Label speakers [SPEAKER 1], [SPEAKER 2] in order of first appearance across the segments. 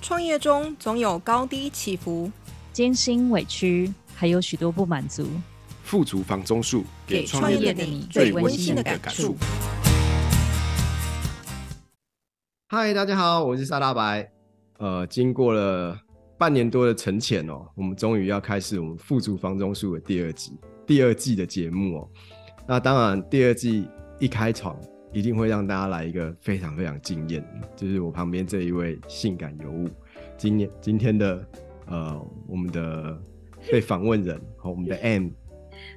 [SPEAKER 1] 创业中总有高低起伏，
[SPEAKER 2] 艰辛委屈，还有许多不满足。
[SPEAKER 3] 富足房中术，
[SPEAKER 1] 给
[SPEAKER 3] 给
[SPEAKER 1] 创
[SPEAKER 3] 创
[SPEAKER 1] 业
[SPEAKER 3] 业
[SPEAKER 1] 的
[SPEAKER 3] 的
[SPEAKER 1] 你
[SPEAKER 3] 你
[SPEAKER 1] 最
[SPEAKER 3] 最
[SPEAKER 1] 温
[SPEAKER 3] 温
[SPEAKER 1] 馨
[SPEAKER 3] 馨
[SPEAKER 1] 的
[SPEAKER 3] 的
[SPEAKER 1] 感
[SPEAKER 3] 感
[SPEAKER 1] 触
[SPEAKER 3] 触。
[SPEAKER 4] 嗨，大家好，我是沙大白。呃，经过了半年多的沉潜哦，我们终于要开始我们《富足房中术》的第二集，第二季的节目哦。那当然，第二季一开场一定会让大家来一个非常非常惊艳，就是我旁边这一位性感尤物，今年今天的呃我们的被访问人，和我们的 M，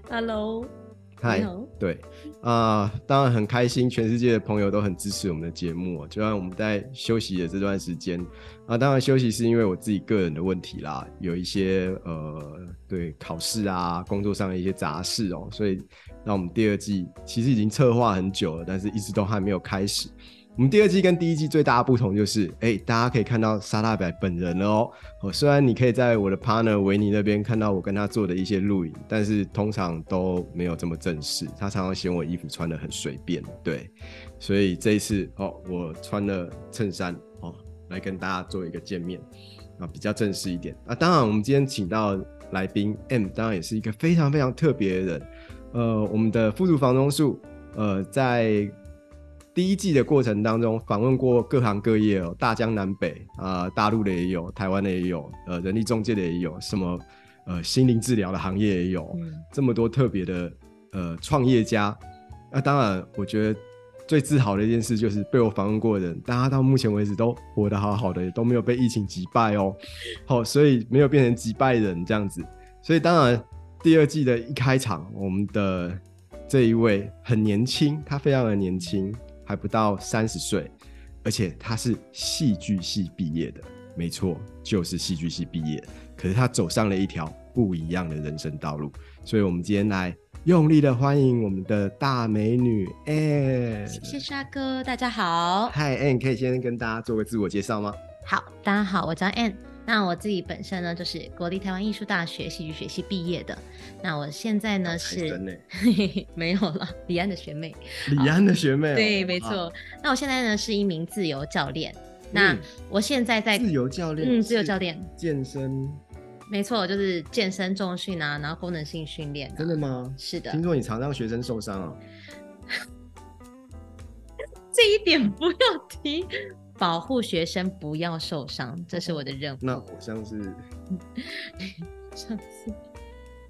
[SPEAKER 5] Hello，
[SPEAKER 4] 嗨
[SPEAKER 5] 你，好
[SPEAKER 4] 对啊、当然很开心，全世界的朋友都很支持我们的节目、哦。就像我们在休息的这段时间啊，当然休息是因为我自己个人的问题啦，有一些呃对考试啊、工作上的一些杂事哦，所以那我们第二季其实已经策划很久了，但是一直都还没有开始。我们第二季跟第一季最大的不同就是，哎，大家可以看到沙大白本人了哦。 哦，虽然你可以在我的 partner 维尼那边看到我跟他做的一些录影，但是通常都没有这么正式。他常常嫌我衣服穿的很随便，对，所以这一次哦，我穿了衬衫哦，来跟大家做一个见面啊，比较正式一点啊。当然，我们今天请到来宾 M，当然也是一个非常非常特别的人。呃，我们的富足房中术，呃，在第一季的过程当中，访问过各行各业哦，大江南北啊、呃大陆的也有，台湾的也有，呃，人力中介的也有，什么呃心灵治疗的行业也有，这么多特别的呃创业家。那、当然，我觉得最自豪的一件事就是被我访问过的人，大家到目前为止都活得好好的，也都没有被疫情击败哦。好、所以没有变成击败人这样子。所以当然，第二季的一开场，我们的这一位很年轻，他非常的年轻，还不到三十岁，而且他是戏剧系毕业的，没错，就是戏剧系毕业。可是他走上了一条不一样的人生道路，所以我们今天来用力的欢迎我们的大美女 a
[SPEAKER 5] 谢谢沙哥，大家好，
[SPEAKER 4] 嗨 a n 可以先跟大家做个自我介绍吗？
[SPEAKER 5] 好，大家好，我叫 Ann。那我自己本身呢，就是国立台湾艺术大学戏剧学系毕业的。那我现在呢
[SPEAKER 4] 海神
[SPEAKER 5] 是，
[SPEAKER 4] 呢？
[SPEAKER 5] 没有了，李安的学妹。
[SPEAKER 4] 李安的学妹哦、
[SPEAKER 5] 对，没
[SPEAKER 4] 啊
[SPEAKER 5] 错。那我现在呢是一名自由教练。那
[SPEAKER 4] 嗯
[SPEAKER 5] 我现在在
[SPEAKER 4] 自由教练，
[SPEAKER 5] 嗯自由教练，
[SPEAKER 4] 健身，
[SPEAKER 5] 没错，就是健身重训啊，然后功能性训练、啊。
[SPEAKER 4] 真的？吗？
[SPEAKER 5] 是的
[SPEAKER 4] 听，说你常让学生受伤哦，
[SPEAKER 5] 这一点不要提。保护学生不要受伤，这是我的任务。
[SPEAKER 4] 那好像是，
[SPEAKER 5] 上次，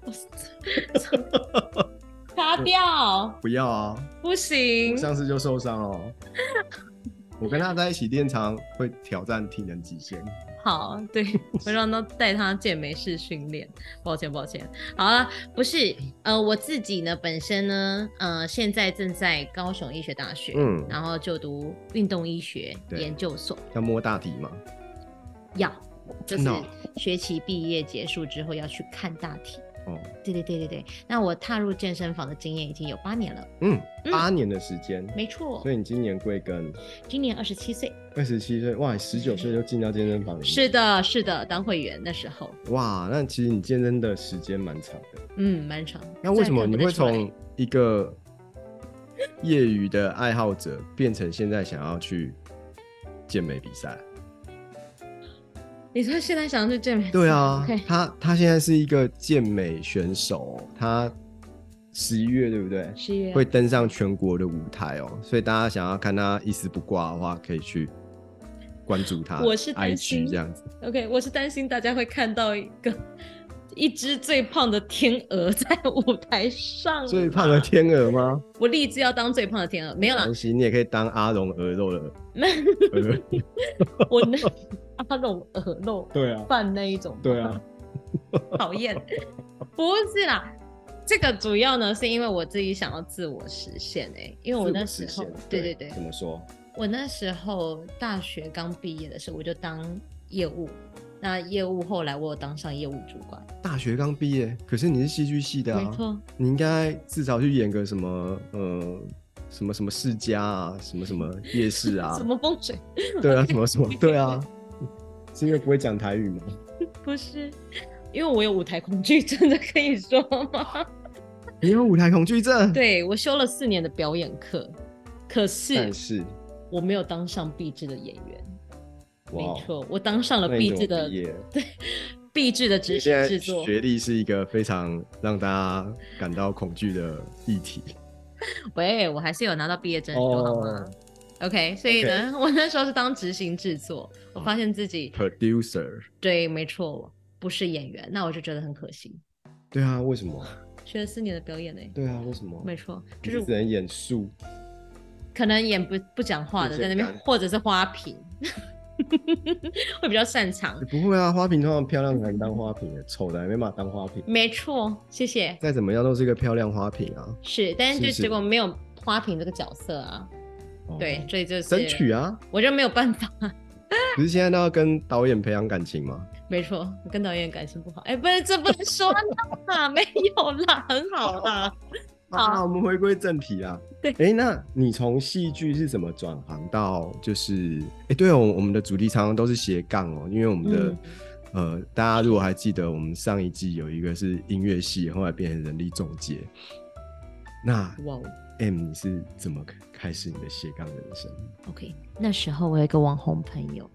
[SPEAKER 5] 我操卡掉，
[SPEAKER 4] 不要啊，
[SPEAKER 5] 不行
[SPEAKER 4] 我。上次就受伤 哦。我跟他在一起练，常会挑战体能极限。
[SPEAKER 5] 好，对我让他带他健美式训练。抱歉，抱歉。好了，不是，呃，我自己呢，本身呢，呃，现在正在高雄医学大学，
[SPEAKER 4] 嗯
[SPEAKER 5] 然后就读运动医学
[SPEAKER 4] 对
[SPEAKER 5] 研究所，
[SPEAKER 4] 要摸大体嘛？
[SPEAKER 5] 要就
[SPEAKER 4] 真
[SPEAKER 5] 是
[SPEAKER 4] 的哦
[SPEAKER 5] 学期毕业结束之后要去看大体。
[SPEAKER 4] 哦，
[SPEAKER 5] 对对对对对，那我踏入健身房的经验已经有八年了，
[SPEAKER 4] 嗯，
[SPEAKER 5] 嗯
[SPEAKER 4] 八年的时间，
[SPEAKER 5] 没错
[SPEAKER 4] 所，以你今年归根
[SPEAKER 5] 今年二十七岁。
[SPEAKER 4] 二十七岁，哇，十九岁就进到健身房里面。
[SPEAKER 5] 是的，是的，当会员那时候，
[SPEAKER 4] 哇，那其实你健身的时间蛮长的。
[SPEAKER 5] 嗯，蛮长。
[SPEAKER 4] 那为什么
[SPEAKER 5] 再
[SPEAKER 4] 你
[SPEAKER 5] 看不
[SPEAKER 4] 会
[SPEAKER 5] 太出来
[SPEAKER 4] 从一个业余的爱好者变成现在想要去健美比 赛？
[SPEAKER 5] 你说现在想要去健美？
[SPEAKER 4] 对啊
[SPEAKER 5] OK，
[SPEAKER 4] 他他现在是一个健美选手，他十一月对不对？
[SPEAKER 5] 十一月
[SPEAKER 4] 会登上全国的舞台哦，所以大家想要看他一丝不挂的话，可以去关注他 IG 这样子。
[SPEAKER 5] 我是担心，OK，我是担心大家会看到一个 一只最胖的天鹅在舞台上，啊
[SPEAKER 4] 最胖的，天鹅吗？
[SPEAKER 5] 我立志要当最胖的天鹅，没有啦
[SPEAKER 4] 担，心你也可以当阿荣鹅肉的鹅。
[SPEAKER 5] 我那阿龙鹅肉
[SPEAKER 4] 对 啊，
[SPEAKER 5] 饭那一种，
[SPEAKER 4] 对啊，
[SPEAKER 5] 讨 厌，不是啦。这个主要呢，是因为我自己想要自我实现哎、因为我那时候，对对对，
[SPEAKER 4] 怎么说？
[SPEAKER 5] 我那时候大学刚毕业的时候，我就当业务。那业务后来我有当上业务主管，
[SPEAKER 4] 大学刚毕业，可是你是戏剧系的啊，
[SPEAKER 5] 没错，
[SPEAKER 4] 你应该至少去演个什么呃什么什么世家啊，什么什么夜市啊
[SPEAKER 5] 什，么风水
[SPEAKER 4] 对啊，什么什么，对啊，是因为不会讲台语吗？
[SPEAKER 5] 不是？因为我有舞台恐 惧症的，可以说吗？
[SPEAKER 4] 你有舞台恐惧症，，
[SPEAKER 5] 对我修了四年的表演课，可是
[SPEAKER 4] 但是
[SPEAKER 5] 我没有当上毕制的演员，没错，我当上了
[SPEAKER 4] 哦那你
[SPEAKER 5] 毕
[SPEAKER 4] 怎
[SPEAKER 5] 制
[SPEAKER 4] 么
[SPEAKER 5] 的
[SPEAKER 4] 毕业？
[SPEAKER 5] 毕 制的
[SPEAKER 4] 因为现
[SPEAKER 5] 知识
[SPEAKER 4] 在
[SPEAKER 5] 制作，
[SPEAKER 4] 学历是一个非常让大家感到恐惧的议题。
[SPEAKER 5] 喂，我还是有拿到毕业证书，好吗
[SPEAKER 4] 哦
[SPEAKER 5] ？OK，所以呢我那时候是当执行制作，我
[SPEAKER 4] 哦
[SPEAKER 5] 发现自己、
[SPEAKER 4] Producer，
[SPEAKER 5] 对，没错，我不是演员，那我就觉得很可惜，
[SPEAKER 4] 对啊，为什么？
[SPEAKER 5] 学了四年的表演呢、
[SPEAKER 4] 对啊，为什么？
[SPEAKER 5] 没错，
[SPEAKER 4] 你
[SPEAKER 5] 就是
[SPEAKER 4] 只能演树，
[SPEAKER 5] 可能演不不讲话的
[SPEAKER 4] 有些
[SPEAKER 5] 在那边
[SPEAKER 4] 感，
[SPEAKER 5] 或者是花瓶， 会比较擅长。
[SPEAKER 4] 不会啊，花瓶通常漂亮才能当花瓶的，丑的还没办法当花瓶。
[SPEAKER 5] 没错，谢谢。
[SPEAKER 4] 再怎么样都是一个漂亮花瓶啊。
[SPEAKER 5] 是，但是
[SPEAKER 4] 是
[SPEAKER 5] 就是结果没有花瓶这个角色啊，
[SPEAKER 4] 哦
[SPEAKER 5] 对，，所以就是
[SPEAKER 4] 争取啊。
[SPEAKER 5] 我就没有办法。
[SPEAKER 4] 可是现在都要跟导演培养感情嘛。
[SPEAKER 5] 没错，我跟导演感情不好。哎，不是，这不能说啦， 没有啦，很好啦。好
[SPEAKER 4] 啊，我们回归正题啊。
[SPEAKER 5] 对
[SPEAKER 4] 哎，那你从戏剧是怎么转行到就是？哎，对哦，我们的主题常常都是斜杠哦，因为我们的、
[SPEAKER 5] 嗯
[SPEAKER 4] 呃，大家如果还记得，我们上一季有一个是音乐系，后来变成人力中介。那
[SPEAKER 5] 哇哦
[SPEAKER 4] M，你是怎么开始你的斜杠人生？
[SPEAKER 5] ，OK，那时候我有一个网红朋友，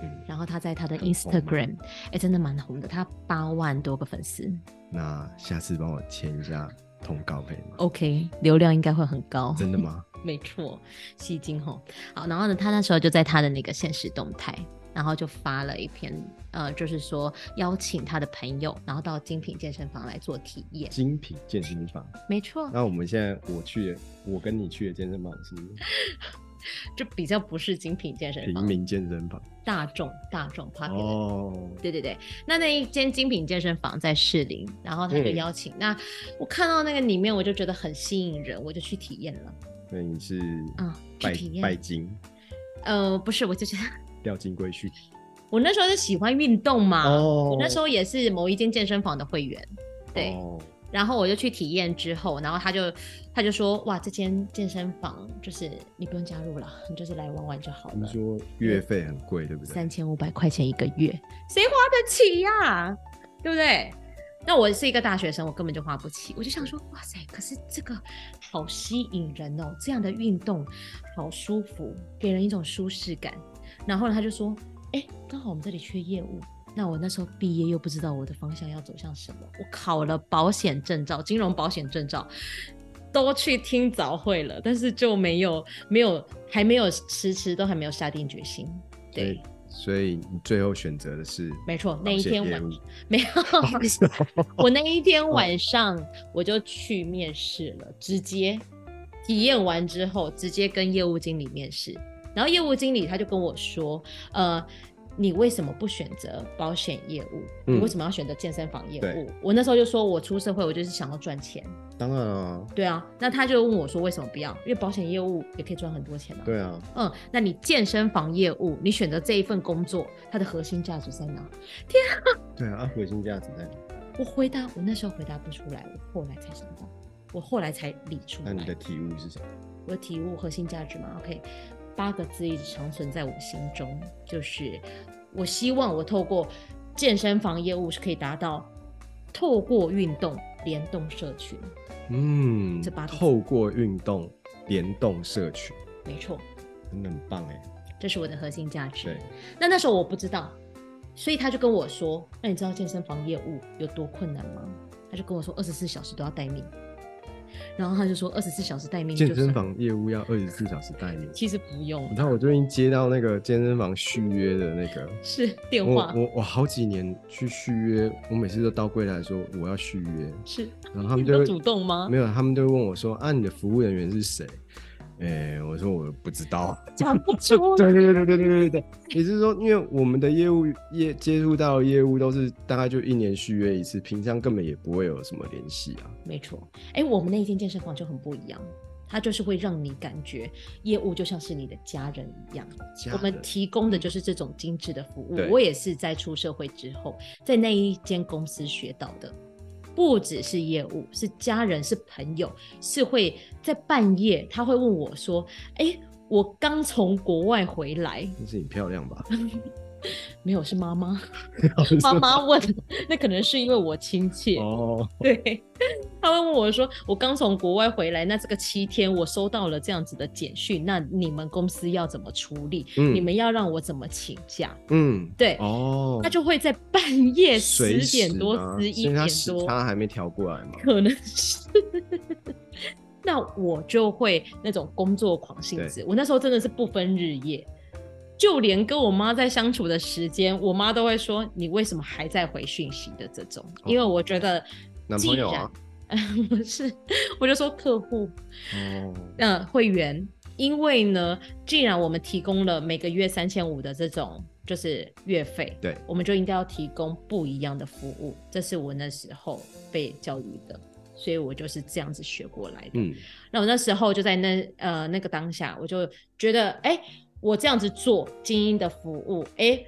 [SPEAKER 4] 嗯，
[SPEAKER 5] 然后他在他的
[SPEAKER 4] 很红吗
[SPEAKER 5] Instagram，哎，真的蛮红的，他八万多个粉丝
[SPEAKER 4] 那下次帮我签一下通告可以
[SPEAKER 5] 哦
[SPEAKER 4] 吗？
[SPEAKER 5] ，OK，流量应该会很高。
[SPEAKER 4] 真的吗？
[SPEAKER 5] 没错，吸睛吼。好，然后呢，他那时候就在他的那个现实动态，然后就发了一篇，呃，就是说邀请他的朋友，然后到精品健身房来做体验。
[SPEAKER 4] 精品健身房。
[SPEAKER 5] 没错，
[SPEAKER 4] 那我们现在我去的，我跟你去的健身房是
[SPEAKER 5] 就比较不是精品健身
[SPEAKER 4] 平
[SPEAKER 5] 房，
[SPEAKER 4] 民健身房
[SPEAKER 5] 大众大众 popular。
[SPEAKER 4] 哦。
[SPEAKER 5] 对对对，那那一间精品健身房在士林，然后他就
[SPEAKER 4] 嗯
[SPEAKER 5] 邀请，那我看到那个里面，我就觉得很吸引人，我就去体验了。
[SPEAKER 4] 所以你是
[SPEAKER 5] 嗯去
[SPEAKER 4] 拜
[SPEAKER 5] 体验
[SPEAKER 4] 拜金
[SPEAKER 5] 呃，不是，我就觉得
[SPEAKER 4] 钓金龟婿
[SPEAKER 5] 我那时候是喜欢运动嘛，
[SPEAKER 4] 哦
[SPEAKER 5] 啊我那时候也是某一间健身房的会员，对，
[SPEAKER 4] 哦
[SPEAKER 5] 然后我就去体验之后，然后他就他就说，哇，这间健身房就是你不用加入了，你就是来玩玩就好
[SPEAKER 4] 听
[SPEAKER 5] 了，
[SPEAKER 4] 说月费很贵，对不对
[SPEAKER 5] 三？千五百块钱一个月，谁花得起呀、对不对？那我是一个大学生，我根本就花不起。我就想说，哇塞，可是这个好吸引人哦，这样的运动好舒服，给人一种舒适感。然后呢，他就说，哎，刚好我们这里缺业务。那我那时候毕业又不知道我的方向要走向什么，我考了保险证照、金融保险证照，都去听早会了，但是就没有没有还没有迟迟都还没有下定决心。对，
[SPEAKER 4] 所以你最后选择的是
[SPEAKER 5] 没错那一天晚
[SPEAKER 4] 晚
[SPEAKER 5] 没有，
[SPEAKER 4] 哦
[SPEAKER 5] 我那一
[SPEAKER 4] 嗯
[SPEAKER 5] 天晚上我就去面试了，直接体验完之后，直接跟业务经理面试。然后业务经理他就跟我说，呃，你为什么不选择保险业务？
[SPEAKER 4] 嗯
[SPEAKER 5] 你为什么要选择健身房业务
[SPEAKER 4] 对？
[SPEAKER 5] 我那时候就说，我出社会我就是想要赚钱。
[SPEAKER 4] 当然啊，
[SPEAKER 5] 对啊，那他就问我说为什么不要？因为保险业务也可以赚很多钱啊。
[SPEAKER 4] 对啊，
[SPEAKER 5] 嗯，那你健身房业务，你选择这一份工作，它的核心价值在哪？
[SPEAKER 4] 对啊，啊核心价值在哪？
[SPEAKER 5] 我回答，我那时候回答不出来，我后来才想到，我后来才理出
[SPEAKER 4] 那
[SPEAKER 5] 来。
[SPEAKER 4] 你的体悟是什么？
[SPEAKER 5] 我的体悟核心价值嘛，OK，八个字一直长存在我心中，就是我希望我透过健身房业务是可以达到透过运动联动社群，
[SPEAKER 4] 嗯
[SPEAKER 5] 这八个字
[SPEAKER 4] 透过运动联动社群，
[SPEAKER 5] 没错，
[SPEAKER 4] 真的很棒哎。
[SPEAKER 5] 这是我的核心价值
[SPEAKER 4] 对。，
[SPEAKER 5] 那那时候我不知道，所以他就跟我说，那你知道健身房业务有多困难吗？他就跟我说，二十四小时都要待命。然后他就说，二十四小时待命就
[SPEAKER 4] 健
[SPEAKER 5] 算
[SPEAKER 4] 身房业务要二十四小时待命。
[SPEAKER 5] 其实不用
[SPEAKER 4] 你知，道我最近接到那个健身房续约的那个
[SPEAKER 5] 是电
[SPEAKER 4] 我
[SPEAKER 5] 话，
[SPEAKER 4] 我我好几年去续约，我每次都到柜台说我要续约，
[SPEAKER 5] 是
[SPEAKER 4] 然后他们
[SPEAKER 5] 你
[SPEAKER 4] 就
[SPEAKER 5] 都
[SPEAKER 4] 会
[SPEAKER 5] 主动吗
[SPEAKER 4] 没有，他们就会问我说啊，你的服务人员是谁？诶、我说我不知道。
[SPEAKER 5] 讲 不出
[SPEAKER 4] 对对对对对对对，也就是说，因为我们的业务业接触到的业务都是大概就一年续约一次，平常根本也不会有什么联系啊。
[SPEAKER 5] 没错，哎，我们那一间健身房就很不一样，它就是会让你感觉业务就像是你的家人一样。
[SPEAKER 4] 家
[SPEAKER 5] 我们
[SPEAKER 4] 人
[SPEAKER 5] 提供的就是这种精致的服务
[SPEAKER 4] 对。
[SPEAKER 5] 我也是在出社会之后，在那一间公司学到的，不只是业务，是家人，是朋友，是会在半夜他会问我说：“哎，我刚从国外回来，
[SPEAKER 4] 但是你漂亮 吧？
[SPEAKER 5] 没有是 妈 妈。”妈妈问，那可能是因为我亲切。
[SPEAKER 4] 哦，
[SPEAKER 5] 对，他会问我说，我刚从国外回来，那这个七天我收到了这样子的简讯，那你们公司要怎么处理？
[SPEAKER 4] 嗯
[SPEAKER 5] 你们要让我怎么请假？
[SPEAKER 4] 嗯，
[SPEAKER 5] 对，
[SPEAKER 4] 哦，
[SPEAKER 5] 他就会在半夜
[SPEAKER 4] 随
[SPEAKER 5] 十点多、
[SPEAKER 4] 时吗
[SPEAKER 5] 十一
[SPEAKER 4] 因为
[SPEAKER 5] 点
[SPEAKER 4] 他时
[SPEAKER 5] 多，
[SPEAKER 4] 差还没调过来嘛。
[SPEAKER 5] 可能是。那我就会那种工作狂性质，我那时候真的是不分日夜，就连跟我妈在相处的时间，我妈都会说你为什么还在回讯息的这种，因为我觉得
[SPEAKER 4] 哦男
[SPEAKER 5] 既
[SPEAKER 4] 朋友
[SPEAKER 5] 然
[SPEAKER 4] 啊，
[SPEAKER 5] 不是，我就说客户，
[SPEAKER 4] 哦，
[SPEAKER 5] 嗯、会员，因为呢，既然我们提供了每个月三千五的这种就是月费，
[SPEAKER 4] 对，
[SPEAKER 5] 我们就应该要提供不一样的服务，这是我那时候被教育的，所以我就是这样子学过来的。
[SPEAKER 4] 嗯，
[SPEAKER 5] 那我那时候就在那呃那个当下，我就觉得，哎、我这样子做精英的服务，哎、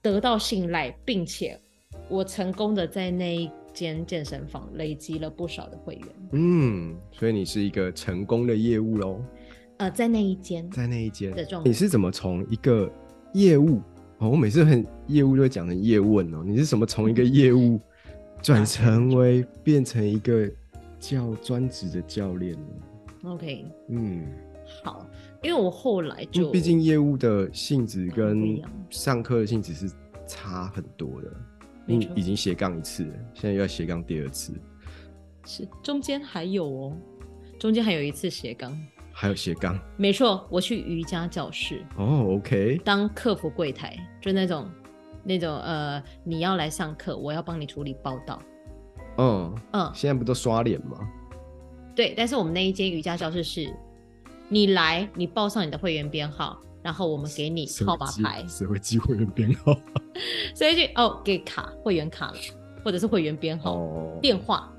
[SPEAKER 5] 得到信赖，并且我成功的在那一间健身房累积了不少的会员。
[SPEAKER 4] 嗯，所以你是一个成功的业务喽，
[SPEAKER 5] 呃，在那一间
[SPEAKER 4] 在那一间
[SPEAKER 5] 的状
[SPEAKER 4] 你
[SPEAKER 5] 态，
[SPEAKER 4] 是怎么从一个业务哦，我每次很业务就会讲成叶问哦，你是怎么从一个业 务转成为变成一个教专职的教练呢？
[SPEAKER 5] OK，
[SPEAKER 4] 嗯，
[SPEAKER 5] 好，因为我后来
[SPEAKER 4] 因
[SPEAKER 5] 就
[SPEAKER 4] 嗯为毕竟业务的性质
[SPEAKER 5] 不一
[SPEAKER 4] 跟
[SPEAKER 5] 样
[SPEAKER 4] 上课的性质是差很多的。
[SPEAKER 5] 没
[SPEAKER 4] 你
[SPEAKER 5] 错
[SPEAKER 4] 已经斜杠一次了，现在又要斜杠第二次，
[SPEAKER 5] 是中间还有哦，中间还有一次斜杠，
[SPEAKER 4] 还有斜杠
[SPEAKER 5] 没错，我去瑜伽教室
[SPEAKER 4] 哦，OK，
[SPEAKER 5] 当客服柜台，就那种那种呃，你要来上课，我要帮你处理报道。
[SPEAKER 4] 嗯，
[SPEAKER 5] 嗯，
[SPEAKER 4] 现在不都刷脸吗？
[SPEAKER 5] 对，但是我们那一间瑜伽教室是，你来，你报上你的会员编号，然后我们给你
[SPEAKER 4] 谁会
[SPEAKER 5] 号码
[SPEAKER 4] 记
[SPEAKER 5] 牌，哦
[SPEAKER 4] 谁会记会员编号？
[SPEAKER 5] 所以就哦给卡会员卡了，或者是会员编号、
[SPEAKER 4] 哦，
[SPEAKER 5] 电话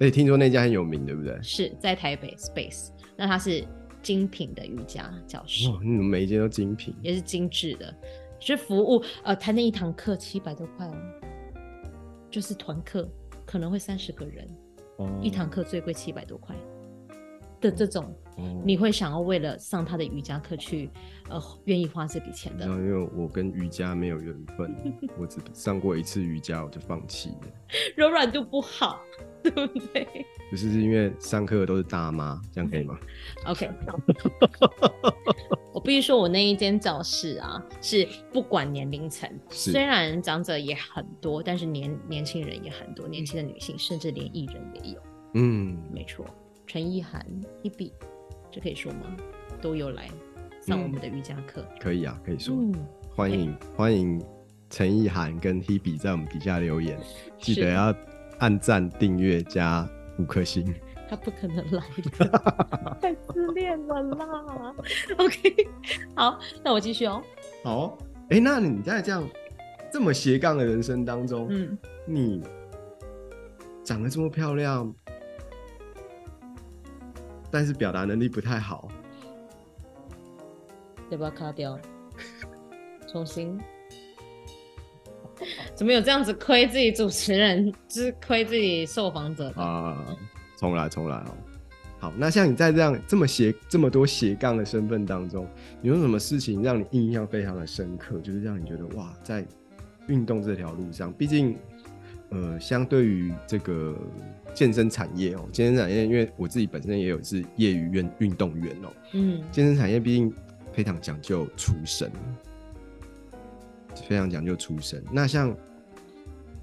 [SPEAKER 4] 哎，听说那家很有名，对不对？
[SPEAKER 5] 是在台北 Space，那它是精品的瑜伽教室，
[SPEAKER 4] 哇，哦你怎么每一间都精品？
[SPEAKER 5] 也是精致的，是服务呃，他那一堂课七百多块哦，就是团课可能会三十个人，
[SPEAKER 4] 哦
[SPEAKER 5] 一堂课最贵七百多块的这种
[SPEAKER 4] 哦
[SPEAKER 5] 你会想要为了上他的瑜伽课去，呃，愿意花这笔钱
[SPEAKER 4] 然后
[SPEAKER 5] 的。
[SPEAKER 4] 因为我跟瑜伽没有缘 分，我只上过一次瑜伽我就放弃了，
[SPEAKER 5] 柔软度不好，对不对
[SPEAKER 4] 就是因为上课都是大妈，这样可以吗？
[SPEAKER 5] ？OK，我必须说，我那一间教室啊，是不管年龄层，
[SPEAKER 4] 是
[SPEAKER 5] 虽然长者也很多，但是年年轻人也很多，年轻的女性，甚至连艺人也有。
[SPEAKER 4] 嗯，
[SPEAKER 5] 没错，陈意涵、一比，这可以说吗？都有来上我们的瑜伽课。
[SPEAKER 4] 可以啊，可以说、
[SPEAKER 5] 嗯，
[SPEAKER 4] 欢迎欢迎陈意涵跟 Hebe 在我们底下留言，记得
[SPEAKER 5] 是
[SPEAKER 4] 要按赞、订阅加五颗星。
[SPEAKER 5] 他不可能来的， 太自恋了啦。OK，好，那我继续哦。
[SPEAKER 4] 好，哎、那你在这样这么斜杠的人生当中，
[SPEAKER 5] 嗯，
[SPEAKER 4] 你长得这么漂亮，但是表达能力不太好，
[SPEAKER 5] 要不要卡掉？重新？怎么有这样子亏自己主持人，就是亏自己受访者的？
[SPEAKER 4] 啊，重来，重来哦。好，那像你在这样这么斜这么多斜杠的身份当中，有什么事情让你印象非常的深刻？就是让你觉得哇，在运动这条路上，毕竟呃，相对于这个健身产业哦，健身产业，因为我自己本身也有是业余运运动员哦，
[SPEAKER 5] 嗯，
[SPEAKER 4] 健身产业毕竟非常讲究出身，非常讲究出身。那像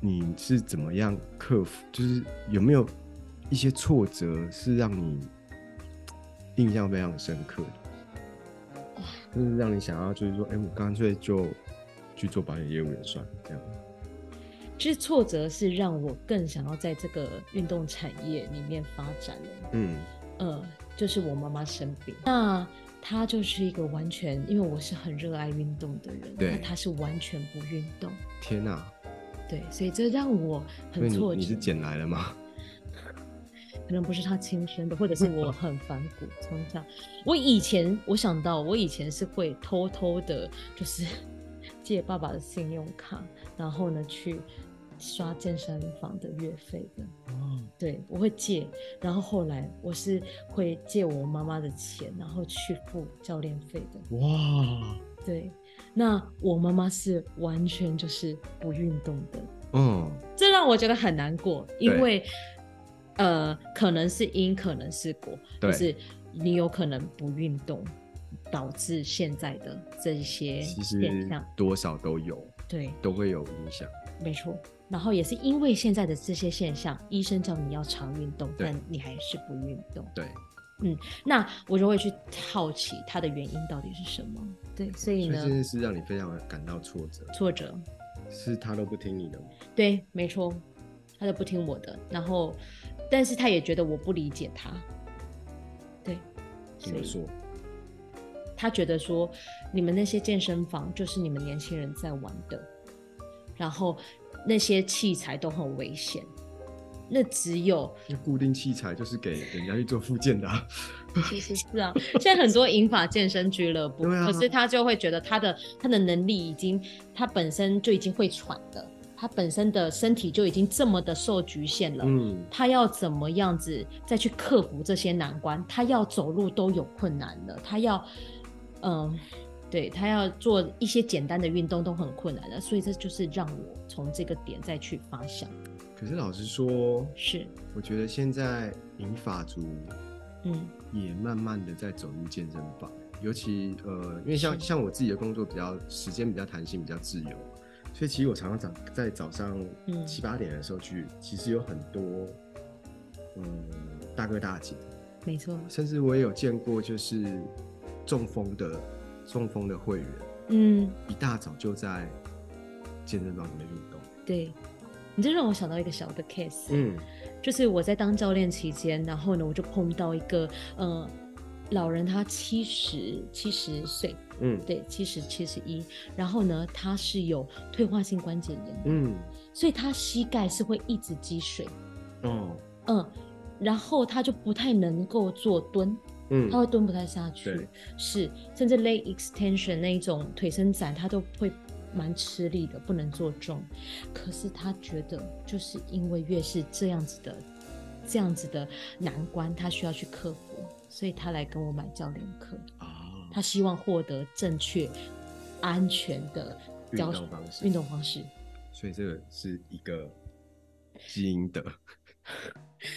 [SPEAKER 4] 你是怎么样克服？就是有没有一些挫折是让你印象非常深刻的？就是让你想要，就是说，哎、我干脆就去做保险业务员算了，这样。
[SPEAKER 5] 其实挫折是让我更想要在这个运动产业里面发展的。
[SPEAKER 4] 嗯，
[SPEAKER 5] 呃，就是我妈妈生病，那她就是一个完全，因为我是很热爱运动的人，
[SPEAKER 4] 对
[SPEAKER 5] 那她是完全不运动，
[SPEAKER 4] 天哪、
[SPEAKER 5] 对，所以这让我
[SPEAKER 4] 所
[SPEAKER 5] 很
[SPEAKER 4] 以你
[SPEAKER 5] 挫折。
[SPEAKER 4] 你是捡来了吗？
[SPEAKER 5] 可能不是他亲生的，或者是我很反骨从小。我以前我想到，我以前是会偷偷的，就是 借爸爸的信用卡，然后呢去刷健身房的月费的。
[SPEAKER 4] 哦，
[SPEAKER 5] 对，我会借，然后后来我是会借我妈妈的钱，然后去付教练费的。
[SPEAKER 4] 哇，
[SPEAKER 5] 对，那我妈妈是完全就是不运动的，
[SPEAKER 4] 嗯，
[SPEAKER 5] 这让我觉得很难过，因
[SPEAKER 4] 对
[SPEAKER 5] 为呃，可能是因，可能是果，
[SPEAKER 4] 对
[SPEAKER 5] 就是你有可能不运动，导致现在的这一些
[SPEAKER 4] 其
[SPEAKER 5] 现
[SPEAKER 4] 实
[SPEAKER 5] 象。
[SPEAKER 4] 多少都有，
[SPEAKER 5] 对，
[SPEAKER 4] 都会有影响。
[SPEAKER 5] 没错。然后也是因为现在的这些现象，医生叫你要常运动，
[SPEAKER 4] 对
[SPEAKER 5] 但你还是不运动。
[SPEAKER 4] 对，
[SPEAKER 5] 那我就会去好奇它的原因到底是什么。对，所以
[SPEAKER 4] 所以
[SPEAKER 5] 呢
[SPEAKER 4] 这，件事让你非常感到挫折，
[SPEAKER 5] 挫折，
[SPEAKER 4] 是他都不听你的吗？
[SPEAKER 5] 对，没错，他都不听我的。然后，但是他也觉得我不理解他。对，
[SPEAKER 4] 怎么
[SPEAKER 5] 所以
[SPEAKER 4] 说？
[SPEAKER 5] 他觉得说，你们那些健身房就是你们年轻人在玩的，然后那些器材都很危险，那只有
[SPEAKER 4] 那固定器材就是给人家去做复健的、啊，
[SPEAKER 5] 其实是啊，现在很多银发健身俱乐部，
[SPEAKER 4] 对啊
[SPEAKER 5] 可是他就会觉得他的他的能力已经，他本身就已经会喘了，他本身的身体就已经这么的受局限了，
[SPEAKER 4] 嗯，
[SPEAKER 5] 他要怎么样子再去克服这些难关？他要走路都有困难了，他要，嗯、对他要做一些简单的运动都很困难了，所以这就是让我从这个点再去发想，
[SPEAKER 4] 可是老实说，
[SPEAKER 5] 是，
[SPEAKER 4] 我觉得现在银发族
[SPEAKER 5] 嗯，
[SPEAKER 4] 也慢慢的在走入健身房，尤其呃，因为像
[SPEAKER 5] 是
[SPEAKER 4] 像我自己的工作比较时间比较弹性，比较自由，所以其实我常常早在早上
[SPEAKER 5] 嗯
[SPEAKER 4] 七八点的时候去，其实有很多嗯大哥大姐，
[SPEAKER 5] 没错，
[SPEAKER 4] 甚至我也有见过就是中风的中风的会员，
[SPEAKER 5] 嗯，
[SPEAKER 4] 一大早就在健身房里面运动，
[SPEAKER 5] 对，你这让我想到一个小的 case，
[SPEAKER 4] 嗯，
[SPEAKER 5] 就是我在当教练期间，然后呢，我就碰到一个呃老人，他七十七十岁，
[SPEAKER 4] 嗯
[SPEAKER 5] 对，七十七十一，然后呢，他是有退化性关节炎，
[SPEAKER 4] 嗯
[SPEAKER 5] 所以他膝盖是会一直积水，
[SPEAKER 4] 哦
[SPEAKER 5] 嗯，然后他就不太能够做蹲，
[SPEAKER 4] 嗯
[SPEAKER 5] 他会蹲不太下去
[SPEAKER 4] 对，
[SPEAKER 5] 是，甚至 leg extension 那一种腿伸展，他都会蛮吃力的，不能做重。可是他觉得，就是因为越是这样子的，这样子的难关，他需要去克服，所以他来跟我买教练课，
[SPEAKER 4] 啊
[SPEAKER 5] 他希望获得正确、安全的
[SPEAKER 4] 运
[SPEAKER 5] 教
[SPEAKER 4] 动方式
[SPEAKER 5] 运动方式。
[SPEAKER 4] 所以这个是一个基因的，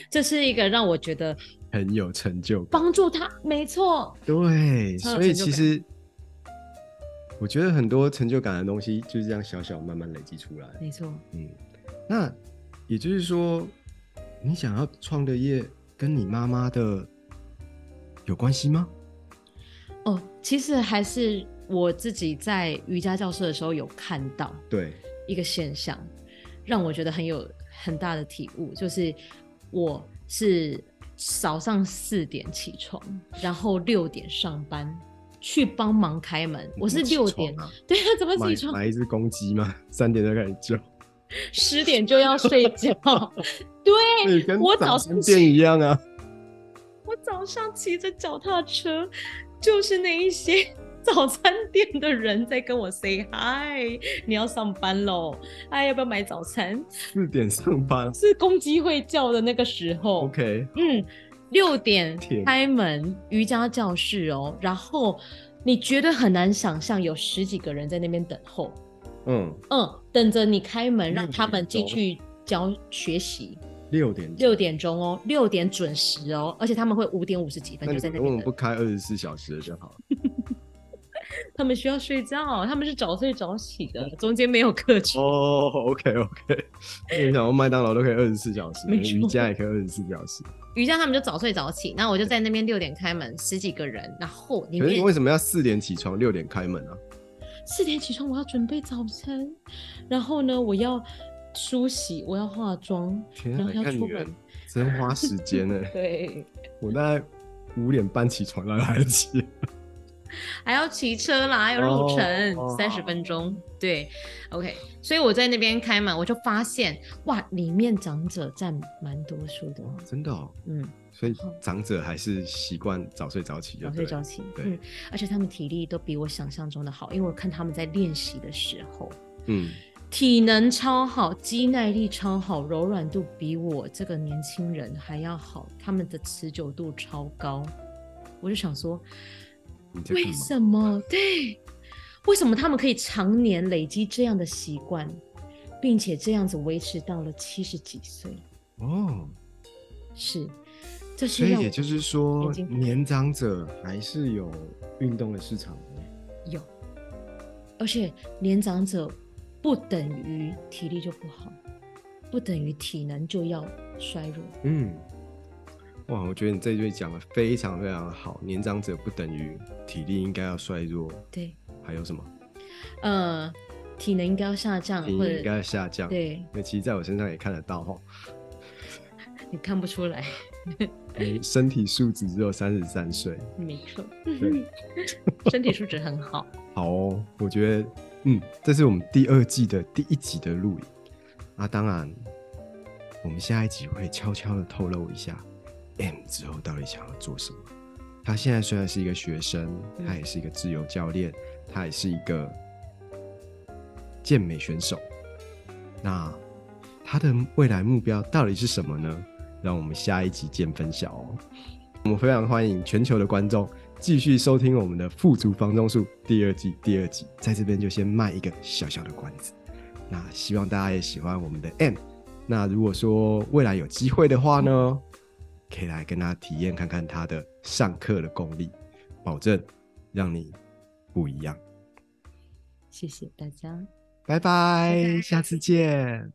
[SPEAKER 5] 这是一个让我觉得
[SPEAKER 4] 很有成就感。
[SPEAKER 5] 帮助他，没错，
[SPEAKER 4] 对，
[SPEAKER 5] 超有
[SPEAKER 4] 所以
[SPEAKER 5] 成
[SPEAKER 4] 其
[SPEAKER 5] 就感
[SPEAKER 4] 实我觉得很多成就感的东西就是这样小小慢慢累积出来。
[SPEAKER 5] 没错，
[SPEAKER 4] 嗯，那也就是说，你想要创的业跟你妈妈的有关系吗？
[SPEAKER 5] 哦，其实还是我自己在瑜伽教室的时候有看到
[SPEAKER 4] 对，
[SPEAKER 5] 一个现象，让我觉得很有很大的体悟，就是我是早上四点起床，然后六点上班。去帮忙开门，我是
[SPEAKER 4] 你怎么
[SPEAKER 5] 六
[SPEAKER 4] 起床
[SPEAKER 5] 点，
[SPEAKER 4] 啊
[SPEAKER 5] 对啊，怎么
[SPEAKER 4] 买
[SPEAKER 5] 起床？
[SPEAKER 4] 买一只公鸡吗？三点就开始叫，
[SPEAKER 5] 十点就要睡 觉，对，
[SPEAKER 4] 对，跟
[SPEAKER 5] 哎我
[SPEAKER 4] 早
[SPEAKER 5] 早
[SPEAKER 4] 餐
[SPEAKER 5] 上
[SPEAKER 4] 店一样啊。
[SPEAKER 5] 我早上骑着脚踏车，就是那一些 早餐店的人在跟我 say hi，你要上班喽，哎，要不要买早餐？
[SPEAKER 4] 四点上班
[SPEAKER 5] 是公鸡会叫的那个时候。
[SPEAKER 4] ，OK，
[SPEAKER 5] 嗯，六点
[SPEAKER 4] 天
[SPEAKER 5] 开门瑜伽教室哦，然后你绝对很难想象有十几个人在那边等候，
[SPEAKER 4] 嗯，
[SPEAKER 5] 嗯，等着你开门，
[SPEAKER 4] 六
[SPEAKER 5] 让他们
[SPEAKER 4] 点
[SPEAKER 5] 进
[SPEAKER 4] 钟哦
[SPEAKER 5] 去教学习。
[SPEAKER 4] 六点
[SPEAKER 5] 六点钟哦，六点准时哦，而且他们会五点五十几分
[SPEAKER 4] 那
[SPEAKER 5] 就
[SPEAKER 4] 你
[SPEAKER 5] 在那
[SPEAKER 4] 为
[SPEAKER 5] 边
[SPEAKER 4] 什
[SPEAKER 5] 等
[SPEAKER 4] 么。不开二十四小时的就好了？
[SPEAKER 5] 他们需要睡觉，他们是早睡早起的，中间没有课程。
[SPEAKER 4] 哦，OK，OK、o k OK，因为想说麦当劳都可以二十四小时，
[SPEAKER 5] 没错
[SPEAKER 4] 瑜伽也可以二十四小时，
[SPEAKER 5] 瑜伽他们就早睡早起，那我就在那边六点开门，十几个人，然后里
[SPEAKER 4] 可是
[SPEAKER 5] 面
[SPEAKER 4] 你为什么要四点起床，六点开门啊？
[SPEAKER 5] 四点起床，我要准备早餐，然后呢，我要梳洗，我要化妆，
[SPEAKER 4] 天
[SPEAKER 5] 然
[SPEAKER 4] 啊，
[SPEAKER 5] 后要
[SPEAKER 4] 你看
[SPEAKER 5] 出
[SPEAKER 4] 女人
[SPEAKER 5] 门。
[SPEAKER 4] 真花时间呢、
[SPEAKER 5] 对，
[SPEAKER 4] 我大概五点半起床哪来得及？
[SPEAKER 5] 还要骑车啦，还有路
[SPEAKER 4] 哦
[SPEAKER 5] 程三十、30分钟。对，OK，所以我在那边开门，我就发现哇，里面长者占蛮多数的，
[SPEAKER 4] 真的哦，
[SPEAKER 5] 嗯。
[SPEAKER 4] 所以长者还是习惯早睡早起就
[SPEAKER 5] 早
[SPEAKER 4] 对
[SPEAKER 5] 睡
[SPEAKER 4] 了
[SPEAKER 5] 早起，
[SPEAKER 4] 对
[SPEAKER 5] 嗯，而且他们体力都比我想象中的好，因为我看他们在练习的时候，
[SPEAKER 4] 嗯，
[SPEAKER 5] 体能超好，肌耐力超好，柔软度比我这个年轻人还要好，他们的持久度超高。我就想说，
[SPEAKER 4] 你在干
[SPEAKER 5] 为
[SPEAKER 4] 嘛？
[SPEAKER 5] 什么？对，为什么他们可以常年累积这样的习惯，并且这样子维持到了七十几岁？
[SPEAKER 4] 哦，
[SPEAKER 5] 是，这是
[SPEAKER 4] 所以
[SPEAKER 5] 让
[SPEAKER 4] 也
[SPEAKER 5] 我
[SPEAKER 4] 就是说
[SPEAKER 5] 眼，睛
[SPEAKER 4] 年长者还是有运动的市场的。
[SPEAKER 5] 有，而且年长者不等于体力就不好，不等于体能就要衰弱。
[SPEAKER 4] 嗯，哇，我觉得你这一句讲的非常非常好。年长者不等于体力应该要衰弱，
[SPEAKER 5] 对，
[SPEAKER 4] 还有什么？
[SPEAKER 5] 呃，体能应该要下降，
[SPEAKER 4] 体
[SPEAKER 5] 或
[SPEAKER 4] 力
[SPEAKER 5] 者
[SPEAKER 4] 应该要下降。，
[SPEAKER 5] 嗯对
[SPEAKER 4] 那其实在我身上也看得到哈，
[SPEAKER 5] 你看不出来，
[SPEAKER 4] 你身体素质只有三十三岁。
[SPEAKER 5] 没错，
[SPEAKER 4] 对
[SPEAKER 5] 身体素质很好。
[SPEAKER 4] 好哦，我觉得，嗯，这是我们第二季的第一集的录影啊。当然，我们下一集会悄悄的透露一下 M 之后到底想要做什么。他现在虽然是一个学生，
[SPEAKER 5] 嗯
[SPEAKER 4] 他也是一个自由教练，他也是一个健美选手。那他的未来目标到底是什么呢？让我们下一集见分晓哦。我们非常欢迎全球的观众继续收听我们的《富足房中术》第二季第二集，在这边就先卖一个小小的关子。那希望大家也喜欢我们的 M。那如果说未来有机会的话呢，可以来跟他体验看看他的上课的功力，保证让你不一样。
[SPEAKER 5] 谢谢大家。
[SPEAKER 4] 拜拜，下次见。